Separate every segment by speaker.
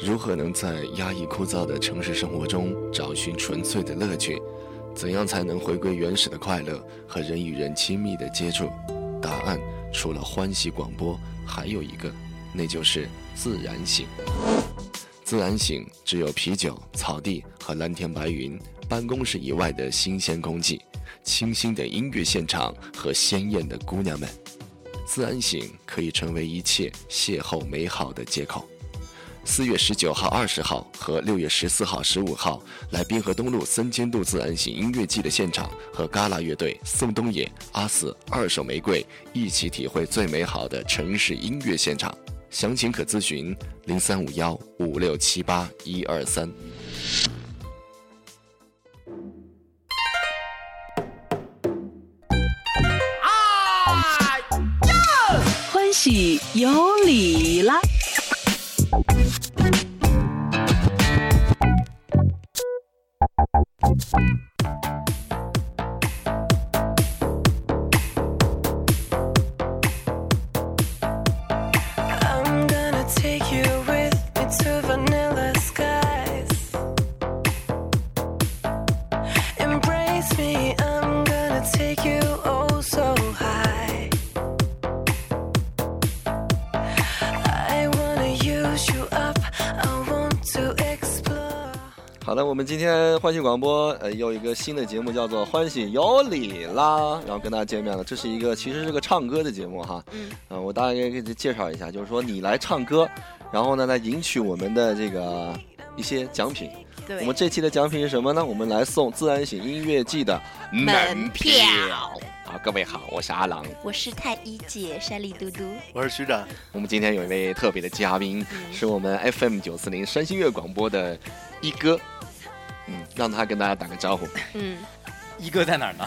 Speaker 1: 如何能在压抑枯燥的城市生活中找寻纯粹的乐趣？怎样才能回归原始的快乐和人与人亲密的接触？答案除了欢喜广播，还有一个，那就是自然醒。自然醒只有啤酒、草地和蓝天白云，办公室以外的新鲜空气，清新的音乐现场和鲜艳的姑娘们。自然醒可以成为一切邂逅美好的借口。四月十九号、二十号和六月十四号、十五号，来滨河东路三千度自然醒音乐季的现场，和嘎啦乐队、宋冬野、阿肆、二手玫瑰一起体会最美好的城市音乐现场。详情可咨询零三五幺五六七八一二三。
Speaker 2: 欢喜有理啦！
Speaker 3: I'm gonna take you with me to vanilla skies. Embrace me, I'm gonna take you oh so high. I wanna use you up, I want to explore.
Speaker 1: 好的，我们今天欢喜广播呃又一个新的节目叫做《欢喜有理啦》，然后跟大家见面了。这是一个其实是个唱歌的节目哈，嗯、呃，我大概给你介绍一下，就是说你来唱歌，然后呢来赢取我们的这个一些奖品。
Speaker 4: 对
Speaker 1: 我们这期的奖品是什么呢？我们来送自然醒音乐季的
Speaker 4: 门票
Speaker 1: 啊！各位好，我是阿郎。
Speaker 4: 我是太一姐山里嘟嘟，
Speaker 5: 我是徐展，
Speaker 1: 我们今天有一位特别的嘉宾，是我们 FM 九四零山新月广播的一哥，嗯，让他跟大家打个招呼。
Speaker 4: 嗯，
Speaker 6: 一哥在哪儿呢？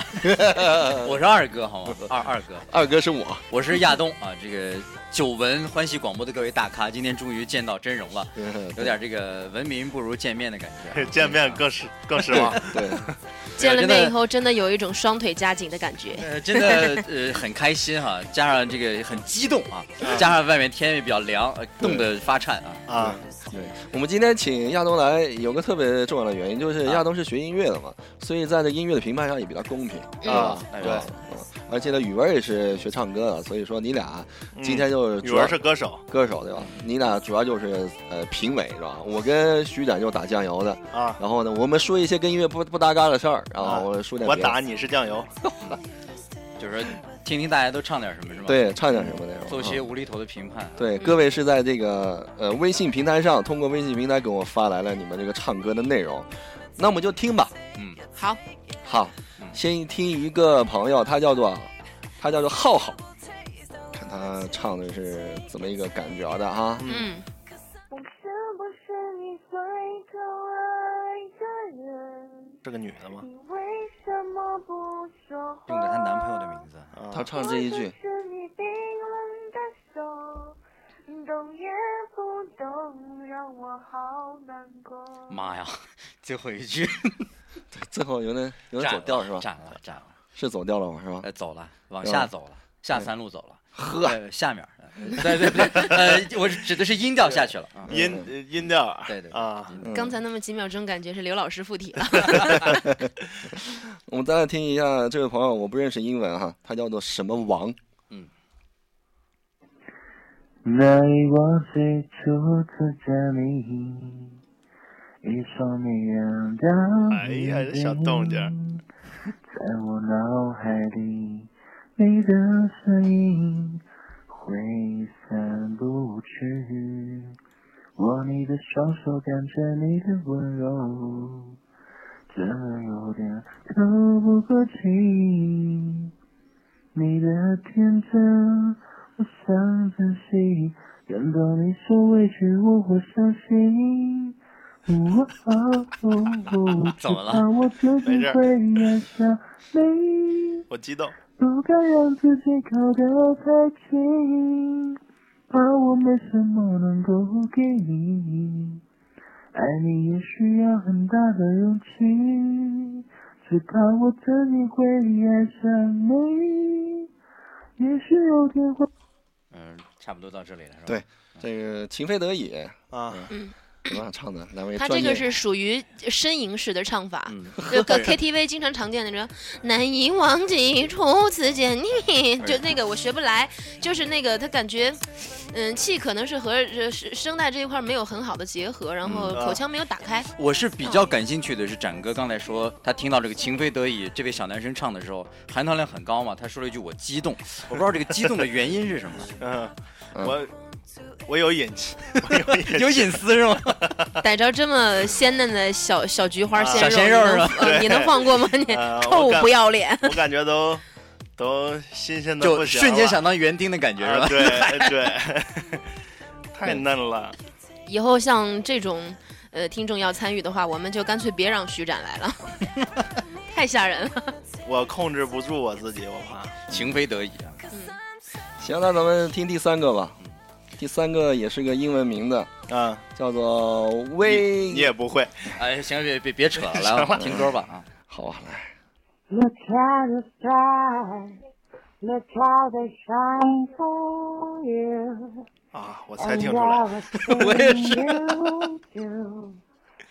Speaker 6: 我是二哥，好吗？二二哥，
Speaker 1: 二哥是我，
Speaker 6: 我是亚东啊。这个久闻欢喜广播的各位大咖，今天终于见到真容了，有点这个闻名不如见面的感觉。啊
Speaker 5: 见面更失更 失望。
Speaker 1: 对，
Speaker 7: 见了
Speaker 6: 真的
Speaker 7: 面以后，真的有一种双腿夹紧的感觉。
Speaker 6: 呃，真的呃很开心哈、加上这个很激动啊，加上外面天也比较凉，呃冻得发颤啊。
Speaker 5: 啊，
Speaker 1: 对， 我们今天请亚东来，有个特别重要的原因，就是亚东是学音乐的嘛，所以在这音乐的评判上也比较公平
Speaker 5: 啊
Speaker 1: 对吧
Speaker 6: 对
Speaker 1: 嗯而且呢，语文也是学唱歌的，所以说你俩今天就是
Speaker 5: 语
Speaker 1: 主要
Speaker 5: 文是歌手
Speaker 1: 歌手对吧？你俩主要就是呃评委是吧？我跟徐展就打酱油的，
Speaker 5: 啊，
Speaker 1: 然后呢，我们说一些跟音乐不不搭嘎的事儿，然
Speaker 5: 啊
Speaker 1: 后我说点
Speaker 5: 我
Speaker 1: 别的
Speaker 5: 打你是酱油，
Speaker 6: 就是说听听大家都唱点什么是吧？，
Speaker 1: 对唱点什么那种。
Speaker 6: 做
Speaker 5: 嗯
Speaker 6: 一些
Speaker 1: 啊
Speaker 6: 无厘头的评判。
Speaker 1: 对，各位是在这个呃微信平台上，通过微信平台给我发来了你们这个唱歌的内容，那我们就听吧。
Speaker 6: 嗯，
Speaker 7: 好，
Speaker 1: 好
Speaker 6: 嗯，
Speaker 1: 先听一个朋友，他叫做他叫做浩浩，看他唱的是怎么一个感觉的啊哈。
Speaker 7: 嗯，
Speaker 8: 我是不是你最可爱的人？
Speaker 5: 是个女的吗？
Speaker 8: 你为什么不说话？
Speaker 6: 用的她男朋友的名字。
Speaker 1: 他
Speaker 5: 啊，
Speaker 1: 唱这一句
Speaker 8: 我，就是你冰冷的手，动也不动，让我好难过。
Speaker 5: 嗯
Speaker 6: 妈呀，最后一句
Speaker 1: 最后有点有点走调是吧？
Speaker 6: 斩了，斩了。
Speaker 1: 是走调了吗？是吧？
Speaker 6: 呃，走了，往
Speaker 1: 是吧
Speaker 6: 下走了，下三路走了，
Speaker 1: 呵
Speaker 6: 呃，下面儿，呃对对对，呃，我指的是音调下去了啊，
Speaker 5: 音呃音调，
Speaker 6: 对对对
Speaker 5: 啊，
Speaker 1: 嗯
Speaker 7: 刚才那么几秒钟，感觉是刘老师附体 了。
Speaker 1: 我们再来听一下这位朋友，我不认识英文哈，他叫做什么王？
Speaker 9: 在我最初次见你，一双迷人的
Speaker 5: 哎呀这小动静儿
Speaker 9: 眼睛在我脑海里，你的身影挥散不去。握你的双手，感觉你的温柔，真的有点透不过气。你的天真，我想珍惜。难道你说畏惧，我会相信？哦哦哦
Speaker 6: 怎么了
Speaker 9: 只怕我自己会爱上你，
Speaker 5: 我激动，
Speaker 9: 不该让自己靠得太近，怕我没什么能够给你。爱你也需要很大的勇气，只怕我自己会爱上你。也许有天会。
Speaker 6: 嗯，差不多到这里了，是吧？嗯
Speaker 1: 对，这个情非得已，
Speaker 5: 啊，
Speaker 1: 怎么样唱的？两位
Speaker 7: 他
Speaker 1: 专
Speaker 7: 这
Speaker 1: 业
Speaker 7: 个是属于呻吟式的唱法，
Speaker 6: 嗯，
Speaker 7: 有个 KTV 经常常见的那种“难以忘记初次见你”， 就那个我学不来，就是那个他感觉，嗯，气可能是和呃声声带这一块没有很好的结合，然后
Speaker 1: 嗯
Speaker 5: 啊
Speaker 7: 口腔没有打开，
Speaker 6: 我是比较感兴趣的是，展哥刚才说他听到这个《情非得已》这位小男生唱的时候，含糖量很高嘛，他说了一句“我激动”，我不知道这个激动的原因是 什么，
Speaker 5: 嗯，
Speaker 1: 嗯
Speaker 5: 我我有隐情， 我有隐
Speaker 6: 有隐私 是吗？
Speaker 7: 逮着这么鲜嫩的小小菊花
Speaker 5: 啊
Speaker 7: 鲜
Speaker 6: 小鲜肉
Speaker 7: 你
Speaker 6: 是
Speaker 7: 能
Speaker 6: 吧
Speaker 7: 呃你能放过吗？你
Speaker 5: 啊
Speaker 7: 臭
Speaker 5: 我干
Speaker 7: 不要脸！
Speaker 5: 我感觉都都新鲜的
Speaker 6: 就
Speaker 5: 不行了，
Speaker 6: 瞬间想当园丁的感觉是
Speaker 5: 啊
Speaker 6: 吧？
Speaker 5: 对对， 太嫩了，
Speaker 7: 以后像这种呃听众要参与的话，我们就干脆别让徐展来 了，太吓人了。
Speaker 5: 我控制不住我自己，我怕。
Speaker 6: 情非得已啊，
Speaker 1: 行，那咱们听第三个吧。第三个也是个英文名的，
Speaker 5: 嗯，
Speaker 1: 叫做
Speaker 5: 你
Speaker 1: We。
Speaker 5: 你也不会，
Speaker 6: 哎，行，别别别扯了，来吧听歌吧啊。
Speaker 1: 好啊，来，
Speaker 9: Look at the stars, look how they shine for you.
Speaker 5: 啊，我才
Speaker 9: And
Speaker 5: 听出来，
Speaker 9: everything you do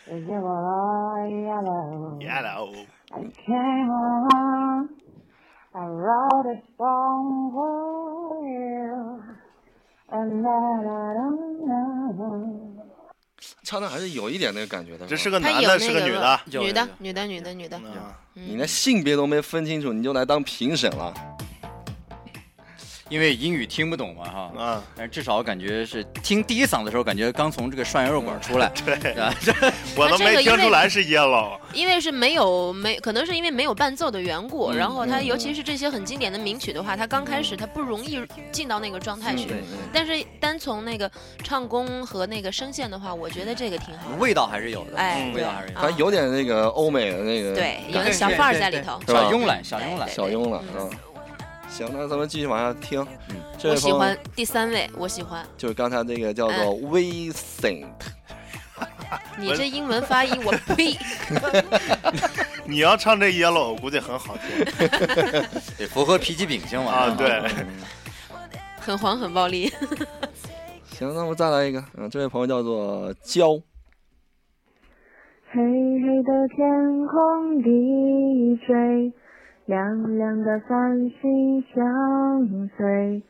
Speaker 9: is you are all yellow.
Speaker 5: 你爱来哦，
Speaker 9: I came along, I wrote a song for you. And that I don't know.
Speaker 1: 唱的还是有一点那个感觉的。
Speaker 5: 这是
Speaker 1: 吧
Speaker 5: 个
Speaker 7: 他
Speaker 5: 男
Speaker 7: 有
Speaker 5: 的，
Speaker 7: 那
Speaker 5: 是个女的
Speaker 7: 吧，女
Speaker 6: 有
Speaker 7: 的
Speaker 6: 有，
Speaker 7: 女的，女的，女的。
Speaker 5: 嗯，
Speaker 1: 你连性别都没分清楚，你就来当评审了。
Speaker 6: 因为英语听不懂嘛哈，
Speaker 5: 啊
Speaker 6: 但至少感觉是听第一嗓子的时候，感觉刚从这个涮羊肉馆出来，
Speaker 5: 嗯
Speaker 6: 啊对吧？
Speaker 5: 我都
Speaker 7: 他这
Speaker 5: 没
Speaker 7: 个
Speaker 5: 听
Speaker 7: 因为
Speaker 5: 出来是 yellow，
Speaker 7: 因为是没有没，可能是因为没有伴奏的缘故，然
Speaker 5: 嗯
Speaker 7: 后他尤其是这些很经典的名曲的话，他刚开始他不容易进到那个状
Speaker 1: 嗯
Speaker 5: 嗯
Speaker 7: 态去。但是单从那个唱功和那个声线的话，我觉得这个挺好的。
Speaker 6: 味道还是有的，
Speaker 7: 哎
Speaker 6: 嗯味
Speaker 7: 对
Speaker 6: 道还是有
Speaker 7: 啊
Speaker 6: 的。
Speaker 1: 它有点那个欧美的那个
Speaker 7: 对，有
Speaker 1: 感
Speaker 7: 个
Speaker 1: 觉
Speaker 7: 小范儿在里头。哎
Speaker 1: 是吧
Speaker 6: 小
Speaker 5: 嗯
Speaker 6: 慵懒，小慵懒
Speaker 1: 小慵懒啊。行，那咱们继续往下听。
Speaker 5: 嗯
Speaker 1: 这
Speaker 7: 嗯我
Speaker 1: 位
Speaker 7: 喜
Speaker 1: 朋友
Speaker 7: 欢哎第三位，我喜欢
Speaker 1: 就是刚才那个叫做 We Saint，
Speaker 7: 你这英文发音，我呸！
Speaker 5: 你要唱这 yellow，我估计很好听
Speaker 6: 得符合脾气秉性嘛。
Speaker 5: 啊，对，
Speaker 7: 很黄很暴力。
Speaker 1: 行，那我再来一个。嗯，这位朋友叫做娇，
Speaker 9: 黑黑的天空低垂，亮亮的繁星相随，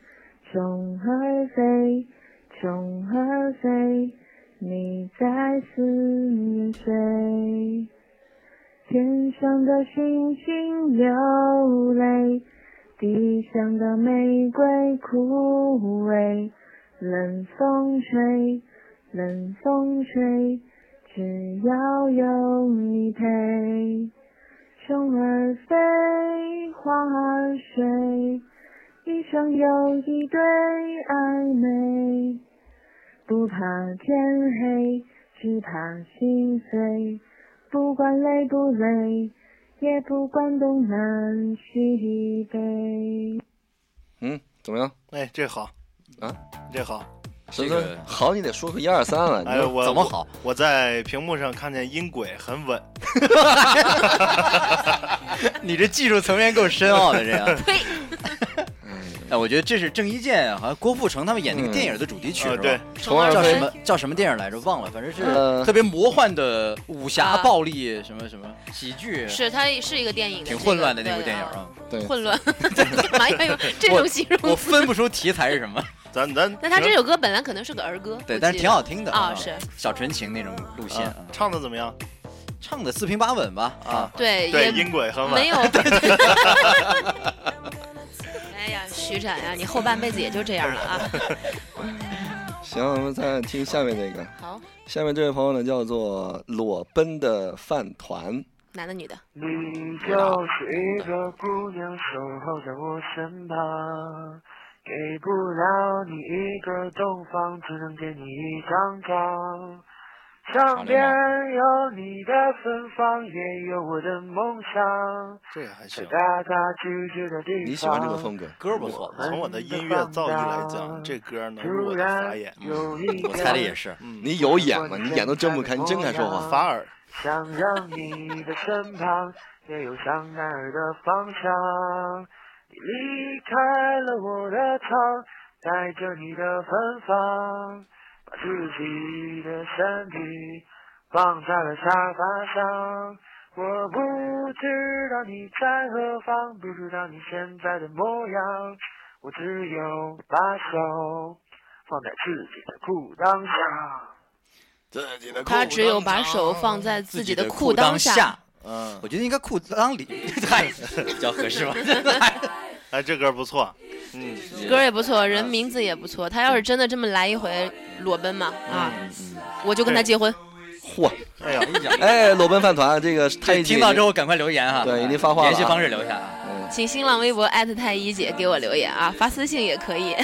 Speaker 9: 虫儿飞，虫儿飞，你在思念谁？天上的星星流泪，地上的玫瑰枯萎，冷风吹，冷风吹。只要有你陪，虫儿飞，花儿睡，一生有一对暧昧。不怕天黑，只怕心碎。不管累不累，也不管东南西北。
Speaker 1: 嗯，怎么样？
Speaker 5: 哎，这好
Speaker 1: 啊，
Speaker 5: 这好，
Speaker 1: 这
Speaker 6: 这
Speaker 1: 个
Speaker 6: 个
Speaker 1: 好，你得说个一二三了。你
Speaker 5: 哎，
Speaker 1: 就
Speaker 5: 我
Speaker 6: 嗯怎么好？
Speaker 5: 我在屏幕上看见音轨很稳，
Speaker 6: 你这技术层面够深奥的，这样。
Speaker 7: 呸！
Speaker 6: 哎，我觉得这是郑伊健，好像郭富城他们演那个电影的主题曲，
Speaker 5: 嗯
Speaker 6: 是
Speaker 5: 啊
Speaker 6: 吧
Speaker 5: 对，嗯
Speaker 1: 虫儿
Speaker 6: 叫
Speaker 1: 飞
Speaker 6: 什么叫什么电影来着？忘了，反正是
Speaker 1: 呃
Speaker 6: 特别魔幻的武侠
Speaker 7: 啊
Speaker 6: 暴力什么什么喜剧，
Speaker 7: 是，它是一个电影的这
Speaker 6: 挺
Speaker 7: 个，
Speaker 6: 混乱的那部
Speaker 7: 对
Speaker 6: 电影
Speaker 7: 啊
Speaker 6: 啊。
Speaker 1: 对，
Speaker 7: 混 乱，干嘛要用这种形
Speaker 6: 我
Speaker 7: 容词？
Speaker 6: 分不出题材是什么，
Speaker 5: 咱咱
Speaker 7: 那他这
Speaker 5: 平
Speaker 7: 首歌本来可能是个儿歌，
Speaker 6: 对，
Speaker 7: 我
Speaker 6: 但
Speaker 7: 记
Speaker 6: 是
Speaker 7: 得
Speaker 6: 挺好听的
Speaker 7: 啊，是
Speaker 6: 小纯情那种路线
Speaker 5: 啊
Speaker 6: 啊，
Speaker 5: 唱的怎么样
Speaker 6: 唱的四平八稳吧啊
Speaker 5: 啊？。
Speaker 7: 对，
Speaker 5: 对，
Speaker 7: 也
Speaker 5: 音轨很
Speaker 7: 没
Speaker 5: 稳，
Speaker 7: 有。 哎呀，徐展呀，你后半辈子也就这样了 啊！
Speaker 1: 行，我们再听下面这个。
Speaker 7: 好，
Speaker 1: 下面这位朋友呢，叫做裸奔的饭
Speaker 6: 嗯
Speaker 1: 团。
Speaker 7: 男的女的，
Speaker 10: 你就是一个姑娘，守候在我身旁，给不了你一个洞房，只能给你一张床。上边有你的芬芳，也有我的梦想，
Speaker 5: 这个还
Speaker 10: 在
Speaker 5: 行。
Speaker 10: 大家聚聚的地方。
Speaker 1: 你喜欢这个风格？
Speaker 6: 歌不错，
Speaker 5: 从我的音乐造诣来讲，这歌能入我的法眼。
Speaker 9: 嗯
Speaker 10: 有 一
Speaker 6: 我猜的也是。
Speaker 1: 你有眼吗？你眼都睁不
Speaker 6: 哦
Speaker 1: 开，你真敢说话。
Speaker 5: 法嗯耳，
Speaker 10: 想让你的身旁也有香奈儿的芳香。你离开了我的床，带着你的芬芳，把
Speaker 9: 把自己的身体放在了沙发上。我不知道你在何方，不知道你现在的模样。我只有把手放在自己的裤裆上。
Speaker 1: 自己
Speaker 6: 呃
Speaker 1: 的
Speaker 7: 他只有把手放在自己的
Speaker 6: 裤
Speaker 7: 裤裆
Speaker 6: 下，
Speaker 5: 嗯，
Speaker 6: 我觉得应该裤裆里， 嗨，比较合适吧？
Speaker 5: 哎，这歌不错，嗯，
Speaker 7: 歌
Speaker 6: 哎
Speaker 7: 儿也不错，人名字也不错。他要是真的这么来一回裸奔嘛，啊，
Speaker 1: 嗯
Speaker 7: 我就跟他结婚。
Speaker 1: 嚯！
Speaker 5: 哎呀，
Speaker 1: 哎，裸奔饭团这个太
Speaker 6: 听到之后赶快留言哈，
Speaker 1: 对一定发话了啊
Speaker 6: 联系方式留下啊。
Speaker 7: 请新浪微博艾特太一姐给我留言啊，发私信也可以。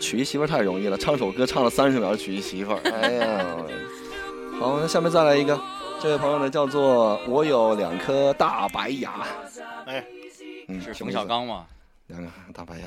Speaker 1: 娶一媳妇儿太容易了，唱首歌唱了三十秒就娶一媳妇 儿，哎呀！好，那下面再来一个，这位朋友呢叫做我有两颗大白牙，
Speaker 5: 哎，
Speaker 1: 嗯，
Speaker 6: 是
Speaker 1: 什
Speaker 6: 冯
Speaker 1: 么意
Speaker 6: 小
Speaker 1: 思，
Speaker 6: 刚吗？
Speaker 1: 两个大白牙，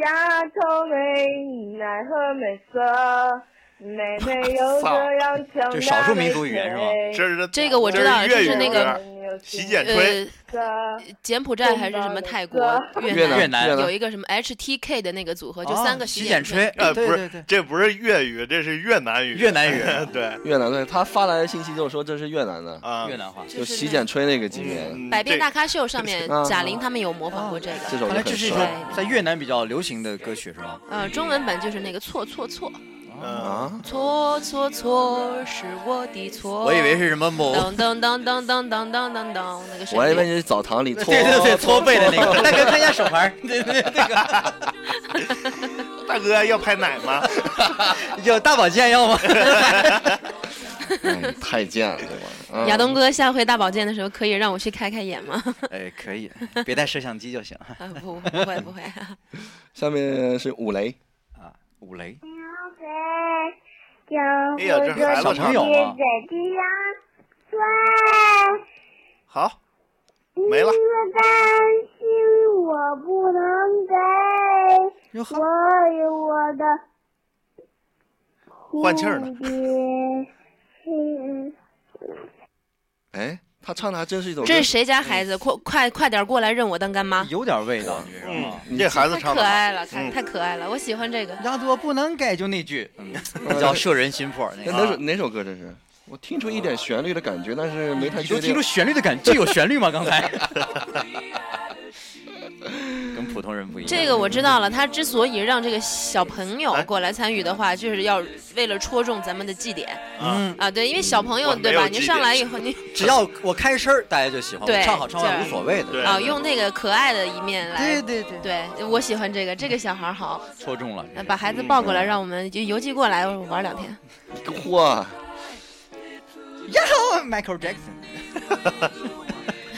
Speaker 11: 丫头们，奈何美色，妹妹又这样强大
Speaker 6: 这少数民族语言是吗
Speaker 5: 这是
Speaker 7: 这个我知道
Speaker 5: 这
Speaker 7: 这
Speaker 5: 是
Speaker 7: 是那个
Speaker 5: 洗剪吹，
Speaker 7: 呃，柬埔寨还是什么泰国、
Speaker 1: 越
Speaker 7: 越
Speaker 1: 南
Speaker 7: 南
Speaker 6: 越南
Speaker 7: 有一个什么 HTK 的那个组合，就
Speaker 6: 哦
Speaker 7: 三个洗
Speaker 6: 洗剪
Speaker 7: 吹。
Speaker 6: 吹，
Speaker 5: 呃，不
Speaker 6: 对对
Speaker 5: 是
Speaker 6: 对，，
Speaker 5: 这不是粤语，这是越南语，
Speaker 6: 越南语
Speaker 5: 对，
Speaker 1: 越南的，他发来的信息就是说这是越南的，
Speaker 5: 啊，
Speaker 6: 越南啊话。
Speaker 1: 就
Speaker 7: 就是
Speaker 1: 洗剪吹那个级别，
Speaker 5: 嗯
Speaker 7: 百变
Speaker 5: 这
Speaker 7: 大咖秀上面
Speaker 1: 嗯，哦
Speaker 7: 贾玲他们有模仿过这个。
Speaker 1: 这首
Speaker 6: 看
Speaker 1: 也
Speaker 6: 来
Speaker 1: 很
Speaker 6: 这是一首
Speaker 1: 帅
Speaker 6: 在越南比较流行的歌曲是吧？
Speaker 7: 呃，中文版就是那个错错错，
Speaker 5: 嗯，
Speaker 1: 啊，
Speaker 7: 错错错是我的错。
Speaker 6: 我以为是什么某，
Speaker 7: 当当当当当当当当当，那个旋律
Speaker 1: 我还以为你是澡堂里搓，
Speaker 6: 对对对，搓背的那个。大哥看一下手牌，对对对，那个
Speaker 5: 大哥要拍奶吗？
Speaker 6: 有大保健药吗？
Speaker 1: 哎太贱了，这玩意儿嗯
Speaker 7: 亚东哥，下回大保健的时候可以让我去开开眼 吗？
Speaker 6: 哎，可以，别带摄像机就行。
Speaker 7: 啊不，不会 不会。
Speaker 1: 下面是五雷，
Speaker 6: 啊，五雷，
Speaker 5: 哎呀，这孩
Speaker 6: 小
Speaker 5: 子
Speaker 6: 朋
Speaker 5: 唱
Speaker 6: 友吗？
Speaker 5: 好，没了，
Speaker 6: 哟呵，
Speaker 11: 我有我的
Speaker 5: 换气儿呢。
Speaker 11: 蝶，嗯，
Speaker 1: 哎，他唱的还真是一首歌，
Speaker 7: 这是谁家孩子？快
Speaker 5: 嗯
Speaker 7: 快快点过来认我当干妈！
Speaker 6: 有点味道，你知道吗？
Speaker 5: 嗯，这孩子
Speaker 7: 太
Speaker 5: 唱
Speaker 7: 可
Speaker 5: 的
Speaker 7: 爱了，太
Speaker 5: 嗯
Speaker 7: 太可爱了，我喜欢这个。
Speaker 6: 丫头不能改，就那句，嗯，比较摄人心魄那
Speaker 1: 那哎
Speaker 6: 个。啊
Speaker 1: 哪首哪首歌这是？我听出一点旋律的感觉，但是没太
Speaker 6: 你都
Speaker 1: 确
Speaker 6: 听
Speaker 1: 定
Speaker 6: 出。旋律的感觉，这有旋律吗？刚才， 跟普通人不一样。
Speaker 7: 这个我知道了，他之所以让这个小朋
Speaker 5: 哎
Speaker 7: 友过来参与的话，就是要为了戳中咱们的绩点
Speaker 6: 嗯
Speaker 5: 啊，
Speaker 7: 啊，对，因为小朋
Speaker 5: 我
Speaker 7: 友
Speaker 5: 没
Speaker 7: 对
Speaker 5: 有
Speaker 7: 吧？
Speaker 5: 绩
Speaker 7: 你
Speaker 5: 点
Speaker 7: 上来以后，你
Speaker 6: 只要我开声儿，大家就喜欢我，
Speaker 7: 对
Speaker 6: 唱好唱坏
Speaker 7: 对
Speaker 6: 无所谓的。
Speaker 5: 对
Speaker 7: 啊，用那个可爱的一面来
Speaker 6: 对，对对，
Speaker 7: 对我喜欢这个，这个小孩好，
Speaker 6: 戳中了。
Speaker 5: 嗯
Speaker 7: 呃把孩子抱过来，让我们就邮寄过来我玩两天。
Speaker 1: 哇，
Speaker 6: Michael Jackson，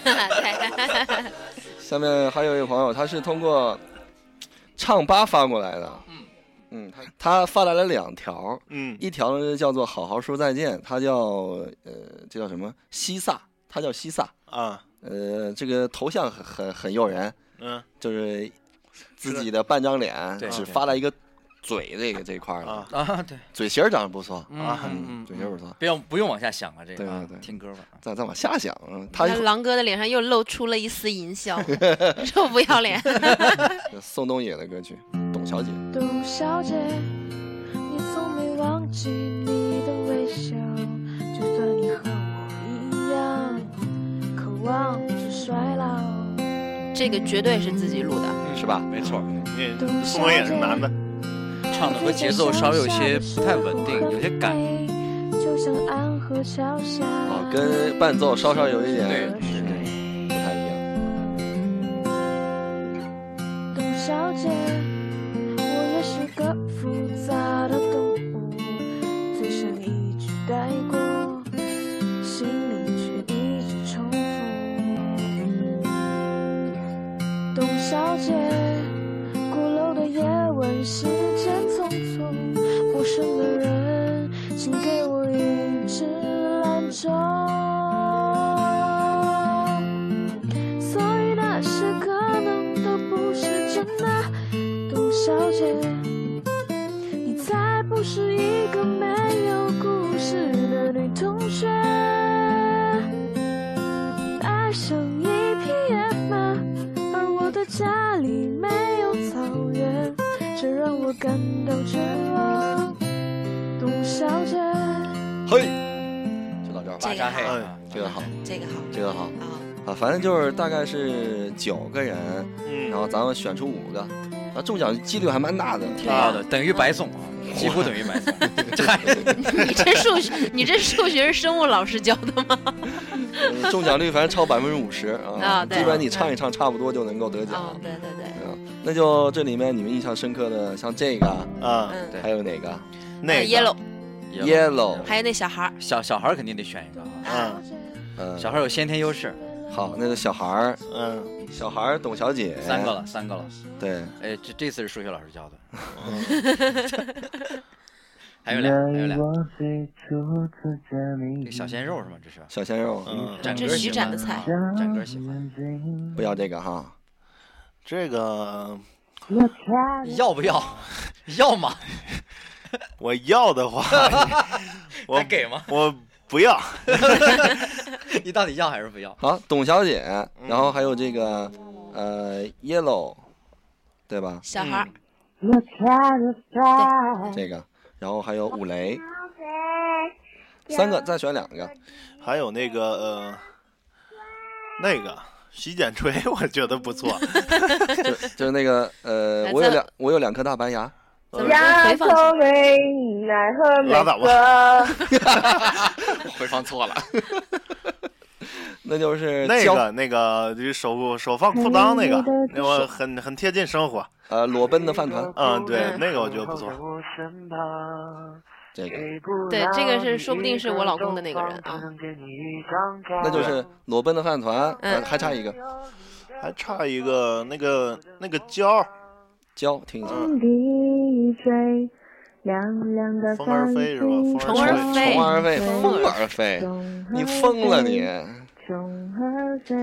Speaker 7: 对，
Speaker 1: 下面还有一位朋友，他是通过唱吧发过来的。嗯他他发来了两条，
Speaker 5: 嗯，
Speaker 1: 一条呢叫做“好好说再见”，他叫呃，这叫什么？西萨，他叫西萨。
Speaker 5: 啊，
Speaker 1: 呃，这个头像很很很诱人，
Speaker 5: 嗯，
Speaker 1: 就是自己的半张脸，
Speaker 6: 对
Speaker 1: 只
Speaker 6: 对
Speaker 1: 发了一个嘴这个这一块儿了
Speaker 5: 啊，
Speaker 6: 啊，对，
Speaker 1: 嘴型儿长得不错，
Speaker 6: 啊
Speaker 1: 嗯，嘴型儿不错。
Speaker 6: 不用不用往下想了，这个啊
Speaker 1: 对对对
Speaker 6: 听歌吧。
Speaker 1: 再再往下想，嗯他
Speaker 7: 他狼哥的脸上又露出了一丝淫笑，臭不要脸。
Speaker 1: 宋冬野的歌曲《董小姐》。
Speaker 8: 董小姐，你从没忘记你的微笑，就算你和我一样，渴望着衰老。
Speaker 7: 这个绝对是自己录的，
Speaker 1: 是吧？
Speaker 6: 没错，
Speaker 5: 嗯宋冬野是男的，
Speaker 6: 唱的和节奏稍有些不太稳定，有些赶。，
Speaker 8: 就像安河桥下。
Speaker 1: 哦，跟伴奏稍稍有一点
Speaker 6: 对
Speaker 1: 不太一样。
Speaker 8: 董小姐，我也是个复杂的动物，嘴上一直带过，心里却一直重复。董小姐，鼓楼的夜晚，时间匆匆，陌生的人，请给我一支兰州。所以那些可能都不是真的，董小姐，你才不是一个没有故事的女同学。爱上一啊匹野马，而我的家里没有草原，这让我我感到绝望，董小姐。
Speaker 1: 嘿，就到这儿吧。
Speaker 7: 这个好
Speaker 1: 啊这个好，
Speaker 7: 这个好，
Speaker 1: 这个好啊，反正就是大概是九个人，
Speaker 5: 嗯
Speaker 1: 然后咱们选出五个，啊，中奖几率还蛮大的，
Speaker 6: 挺高的，啊等于白送 啊，几乎等于 白送。
Speaker 7: 你这数学，你这数学是生物老师教的吗？
Speaker 1: 呃中奖率反正超百分之五十啊，
Speaker 7: 啊对哦
Speaker 1: 基本你唱一唱差不多就能够得奖。啊
Speaker 7: 对对对，
Speaker 1: 那就这里面你们印象深刻的，像这个
Speaker 7: 嗯
Speaker 1: 啊
Speaker 7: 对
Speaker 1: 还有哪个？
Speaker 7: 那个 yellow
Speaker 1: yellow
Speaker 7: 还有那小孩儿，
Speaker 6: 小小孩儿肯定得选一个啊，
Speaker 1: 嗯，
Speaker 6: 小孩儿有先天优势。
Speaker 1: 好，那个小孩儿，嗯，小孩儿董小姐，
Speaker 6: 三个了，三个了。
Speaker 1: 对，
Speaker 6: 哎，这这次是数学老师教的。 还有俩，还有
Speaker 9: 来
Speaker 6: 俩，
Speaker 9: 我最初次见你，
Speaker 6: 小鲜肉是吗？这是
Speaker 1: 小鲜
Speaker 5: 嗯
Speaker 1: 肉，
Speaker 6: 展这哥是徐喜欢展的菜啊展哥喜
Speaker 1: 欢，不要这个哈，
Speaker 5: 这个
Speaker 6: 要不要？ 要吗？
Speaker 5: 我要 的话，我
Speaker 6: 给吗？
Speaker 5: 我不要。
Speaker 6: 你到底要还是不要？
Speaker 1: 好，董小姐，
Speaker 5: 嗯
Speaker 1: 然后还有这个呃 yellow，对吧？
Speaker 7: 小孩儿，
Speaker 5: 嗯
Speaker 1: 这个，然后还有五雷，三个再选两个，
Speaker 5: 还有那个呃，那个洗剪吹， 我觉得不错。
Speaker 1: 就就是那个呃
Speaker 5: 来，
Speaker 1: 我有
Speaker 5: 哎再
Speaker 1: 两我有两颗大白牙，
Speaker 7: 嗯
Speaker 12: 牙口美，奈
Speaker 5: 呃
Speaker 12: 何
Speaker 1: 拉倒
Speaker 12: 美
Speaker 1: 吧
Speaker 12: 色。
Speaker 1: 回放错了，那就是
Speaker 5: 那
Speaker 1: 教
Speaker 5: 个嗯那个，就是手手放裤裆那个，那我很很贴近生活。
Speaker 1: 呃，裸奔的饭团。
Speaker 5: 嗯，对，那个我觉得不错。
Speaker 1: 这
Speaker 5: 嗯
Speaker 1: 个
Speaker 7: 对，这个是说不定是我老公的那个人啊。
Speaker 1: 那就是裸奔的饭团，
Speaker 5: 嗯
Speaker 1: 呃还差一个
Speaker 5: 还差一个那个那个胶
Speaker 1: 胶，听一下。
Speaker 5: 嗯
Speaker 12: 风笛吹，凉凉的
Speaker 1: 风儿飞是吧
Speaker 12: 风
Speaker 1: 风儿吹虫儿飞
Speaker 5: 嗯
Speaker 1: 风儿飞你疯了你
Speaker 12: 虫儿飞，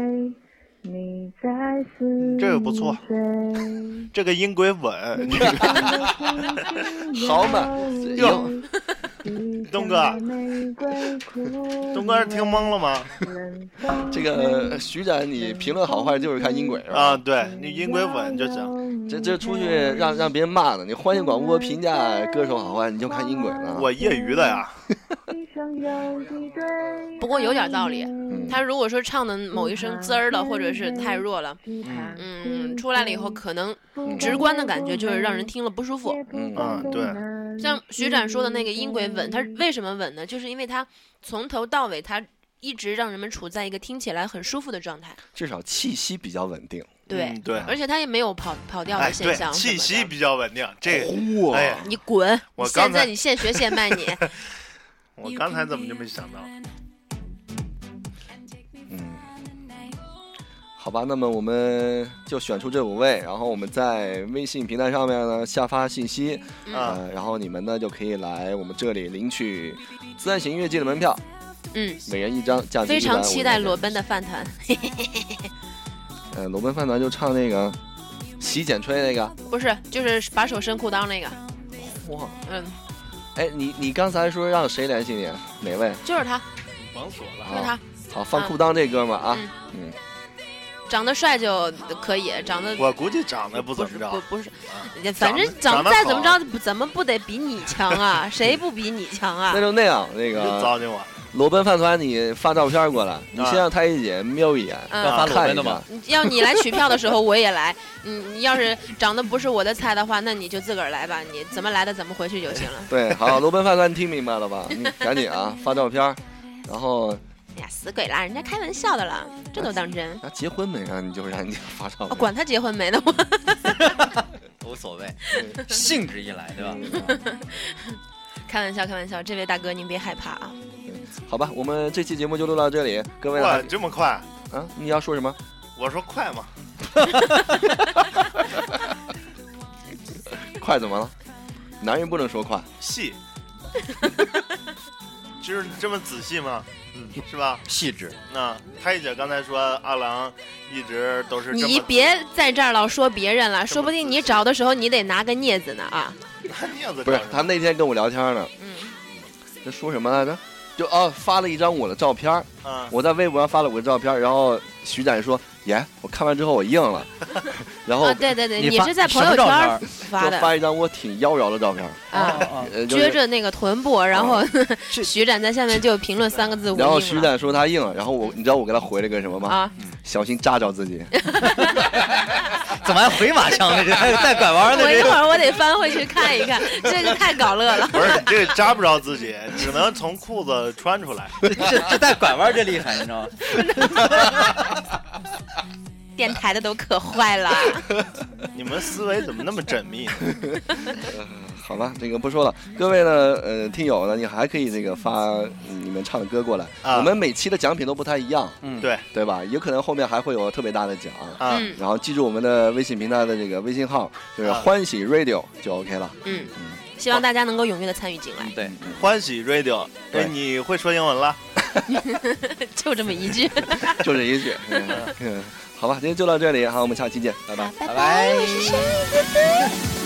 Speaker 12: 你在四
Speaker 5: 这个不错 这个音轨稳，
Speaker 1: 好嘛，
Speaker 5: 哟，东哥，东哥听懵了吗？
Speaker 1: 这个徐展，你评论好坏就是看音轨是吧？
Speaker 5: 啊，对你音轨稳就行。
Speaker 1: 这这出去让让别人骂呢，你欢迎广播评价歌手好坏，你就看音轨了。
Speaker 5: 我业余的呀，
Speaker 7: 不过有点道理，他如果说唱的某一声滋儿了，或者是太弱了，嗯，出来了以后可能直观的感觉就是让人听了不舒服。
Speaker 5: 嗯，对，
Speaker 7: 像徐展说的那个音轨稳，它为什么稳呢？就是因为它从头到尾，它一直让人们处在一个听起来很舒服的状态。
Speaker 1: 至少气息比较稳定。
Speaker 7: 对、
Speaker 5: 嗯对
Speaker 7: 而且它也没有跑跑调
Speaker 5: 哎，
Speaker 7: 的现
Speaker 5: 对，
Speaker 7: 象。
Speaker 5: 气息比较稳定。这个，哎呀，
Speaker 7: 你滚！
Speaker 5: 我刚
Speaker 7: 现
Speaker 5: 才
Speaker 7: 在你现学现卖 你。
Speaker 5: 我刚才怎么就没想到？嗯
Speaker 1: 好吧，那么我们就选出这五位，然后我们在微信平台上面呢下发信息，
Speaker 7: 嗯
Speaker 1: 呃，然后你们呢就可以来我们这里领取自然型乐季的门票，
Speaker 7: 嗯，
Speaker 1: 每人一张，价值
Speaker 7: 非常
Speaker 1: 150
Speaker 7: 期待裸奔 的饭团。
Speaker 1: 呃，裸奔饭团就唱那个洗剪吹那个。
Speaker 7: 不是，就是把手伸裤裆那个。
Speaker 1: 哇，
Speaker 7: 嗯，
Speaker 1: 哎，你你刚才说让谁联系你？啊哪位？啊
Speaker 7: 就是他，
Speaker 5: 甭锁了
Speaker 7: 就是他，
Speaker 1: 好，放裤裆这哥们儿啊，嗯，
Speaker 7: 长得帅就可以，长得
Speaker 5: 我估计长得不怎么
Speaker 7: 不
Speaker 5: 着，
Speaker 7: 不是，反正
Speaker 5: 长
Speaker 7: 长
Speaker 5: 得
Speaker 7: 得再
Speaker 5: 好
Speaker 7: 怎么着，怎么不得比你强啊？谁不比你强啊
Speaker 1: 那？就那样，那个
Speaker 5: 别糟践我。
Speaker 1: 裸奔饭团，你发照片过来，你先让太一姐瞄一眼，
Speaker 7: 嗯要发裸
Speaker 1: 看
Speaker 6: 奔
Speaker 1: 一
Speaker 6: 的
Speaker 1: 下
Speaker 6: 吗。
Speaker 7: 要你来取票的时候我也来， 你你要是长得不是我的菜的话，那你就自个儿来吧，你怎么来的怎么回去就行了。
Speaker 1: 对，好，罗奔饭团，你听明白了吧？你赶紧啊，发照片儿，然后
Speaker 7: 哎呀，死鬼啦，人家开玩笑的啦，这都当真？
Speaker 1: 啊，结婚没啊？你就让人家发照
Speaker 7: 我
Speaker 1: 片。
Speaker 7: 管他结婚没呢，我
Speaker 6: 无所谓，兴致一来，对吧？
Speaker 7: 开玩笑开玩笑，这位大哥您别害怕啊。
Speaker 1: 好吧，我们这期节目就录到这里，各位
Speaker 5: 哇
Speaker 1: 呢？
Speaker 5: 这么快
Speaker 1: 啊？你要说什么？
Speaker 5: 我说快嘛，
Speaker 1: 快怎么了？男人不能说快，
Speaker 5: 细， 就是这么仔细吗？是吧？
Speaker 6: 细致。
Speaker 5: 那太姐刚才说阿郎一直都是这
Speaker 7: 你
Speaker 5: 么，
Speaker 7: 别在这儿老说别人了，说不定你找的时候你得拿个镊子呢啊！嗯
Speaker 1: 不
Speaker 5: 啊
Speaker 1: 是他那天跟我聊天呢，这说什么来着？啊就哦，发了一张我的照片儿
Speaker 5: 嗯
Speaker 1: 我在微博上发了我的照片儿，然后徐展说耶，我看完之后我硬了，然后
Speaker 7: 啊对对对
Speaker 1: 哦你
Speaker 7: 你
Speaker 1: 发
Speaker 7: 是在
Speaker 1: 什
Speaker 7: 朋
Speaker 1: 么
Speaker 7: 友
Speaker 1: 照
Speaker 7: 圈
Speaker 1: 片儿
Speaker 7: 发的
Speaker 1: 就发一张我挺妖娆的照片儿，
Speaker 6: 哦
Speaker 7: 啊
Speaker 1: 呃就是
Speaker 7: 撅着那个臀部，然 后 徐展在下面就评论三个字“
Speaker 1: 哦然后
Speaker 7: 无
Speaker 1: 徐
Speaker 7: 影”了。
Speaker 1: 展说他硬了，然后我你知道我给他回了个什么吗？
Speaker 7: 啊
Speaker 1: 小心扎着 自己。
Speaker 6: 怎么还回马枪呢？这带带拐弯的
Speaker 7: 我一
Speaker 6: 这
Speaker 7: 会儿我得翻回去看一看，这个太搞乐了。
Speaker 5: 不是你这个扎不着自 己，只能从裤子穿出 来。
Speaker 6: 这这带拐弯这厉害，你知道吗？
Speaker 7: 电台的都可坏了，
Speaker 5: 你们思维怎么那么缜密呢？
Speaker 1: 好吧，这个不说了。各位呢，呃，听友呢，你还可以这个发你们唱的歌过来。
Speaker 5: 啊
Speaker 1: 我们每期的奖品都不太一样，
Speaker 6: 嗯，
Speaker 5: 对
Speaker 1: 对吧？有可能后面还会有特别大的奖。
Speaker 5: 啊
Speaker 7: 嗯
Speaker 1: 然后记住我们的微信平台的这个微信号，就是
Speaker 5: 啊
Speaker 1: 欢喜 radio 就 OK 了。
Speaker 7: 嗯，希望大家能够踊跃的参与进来，
Speaker 6: 对，
Speaker 5: 欢喜 radio，哎，
Speaker 1: 对
Speaker 5: 你会说英文了？
Speaker 7: 就这么一句。
Speaker 1: 就这一句。 嗯嗯，好吧，今天就到这里，好，我们下期见，拜拜。
Speaker 6: 拜拜。
Speaker 3: 谁的歌？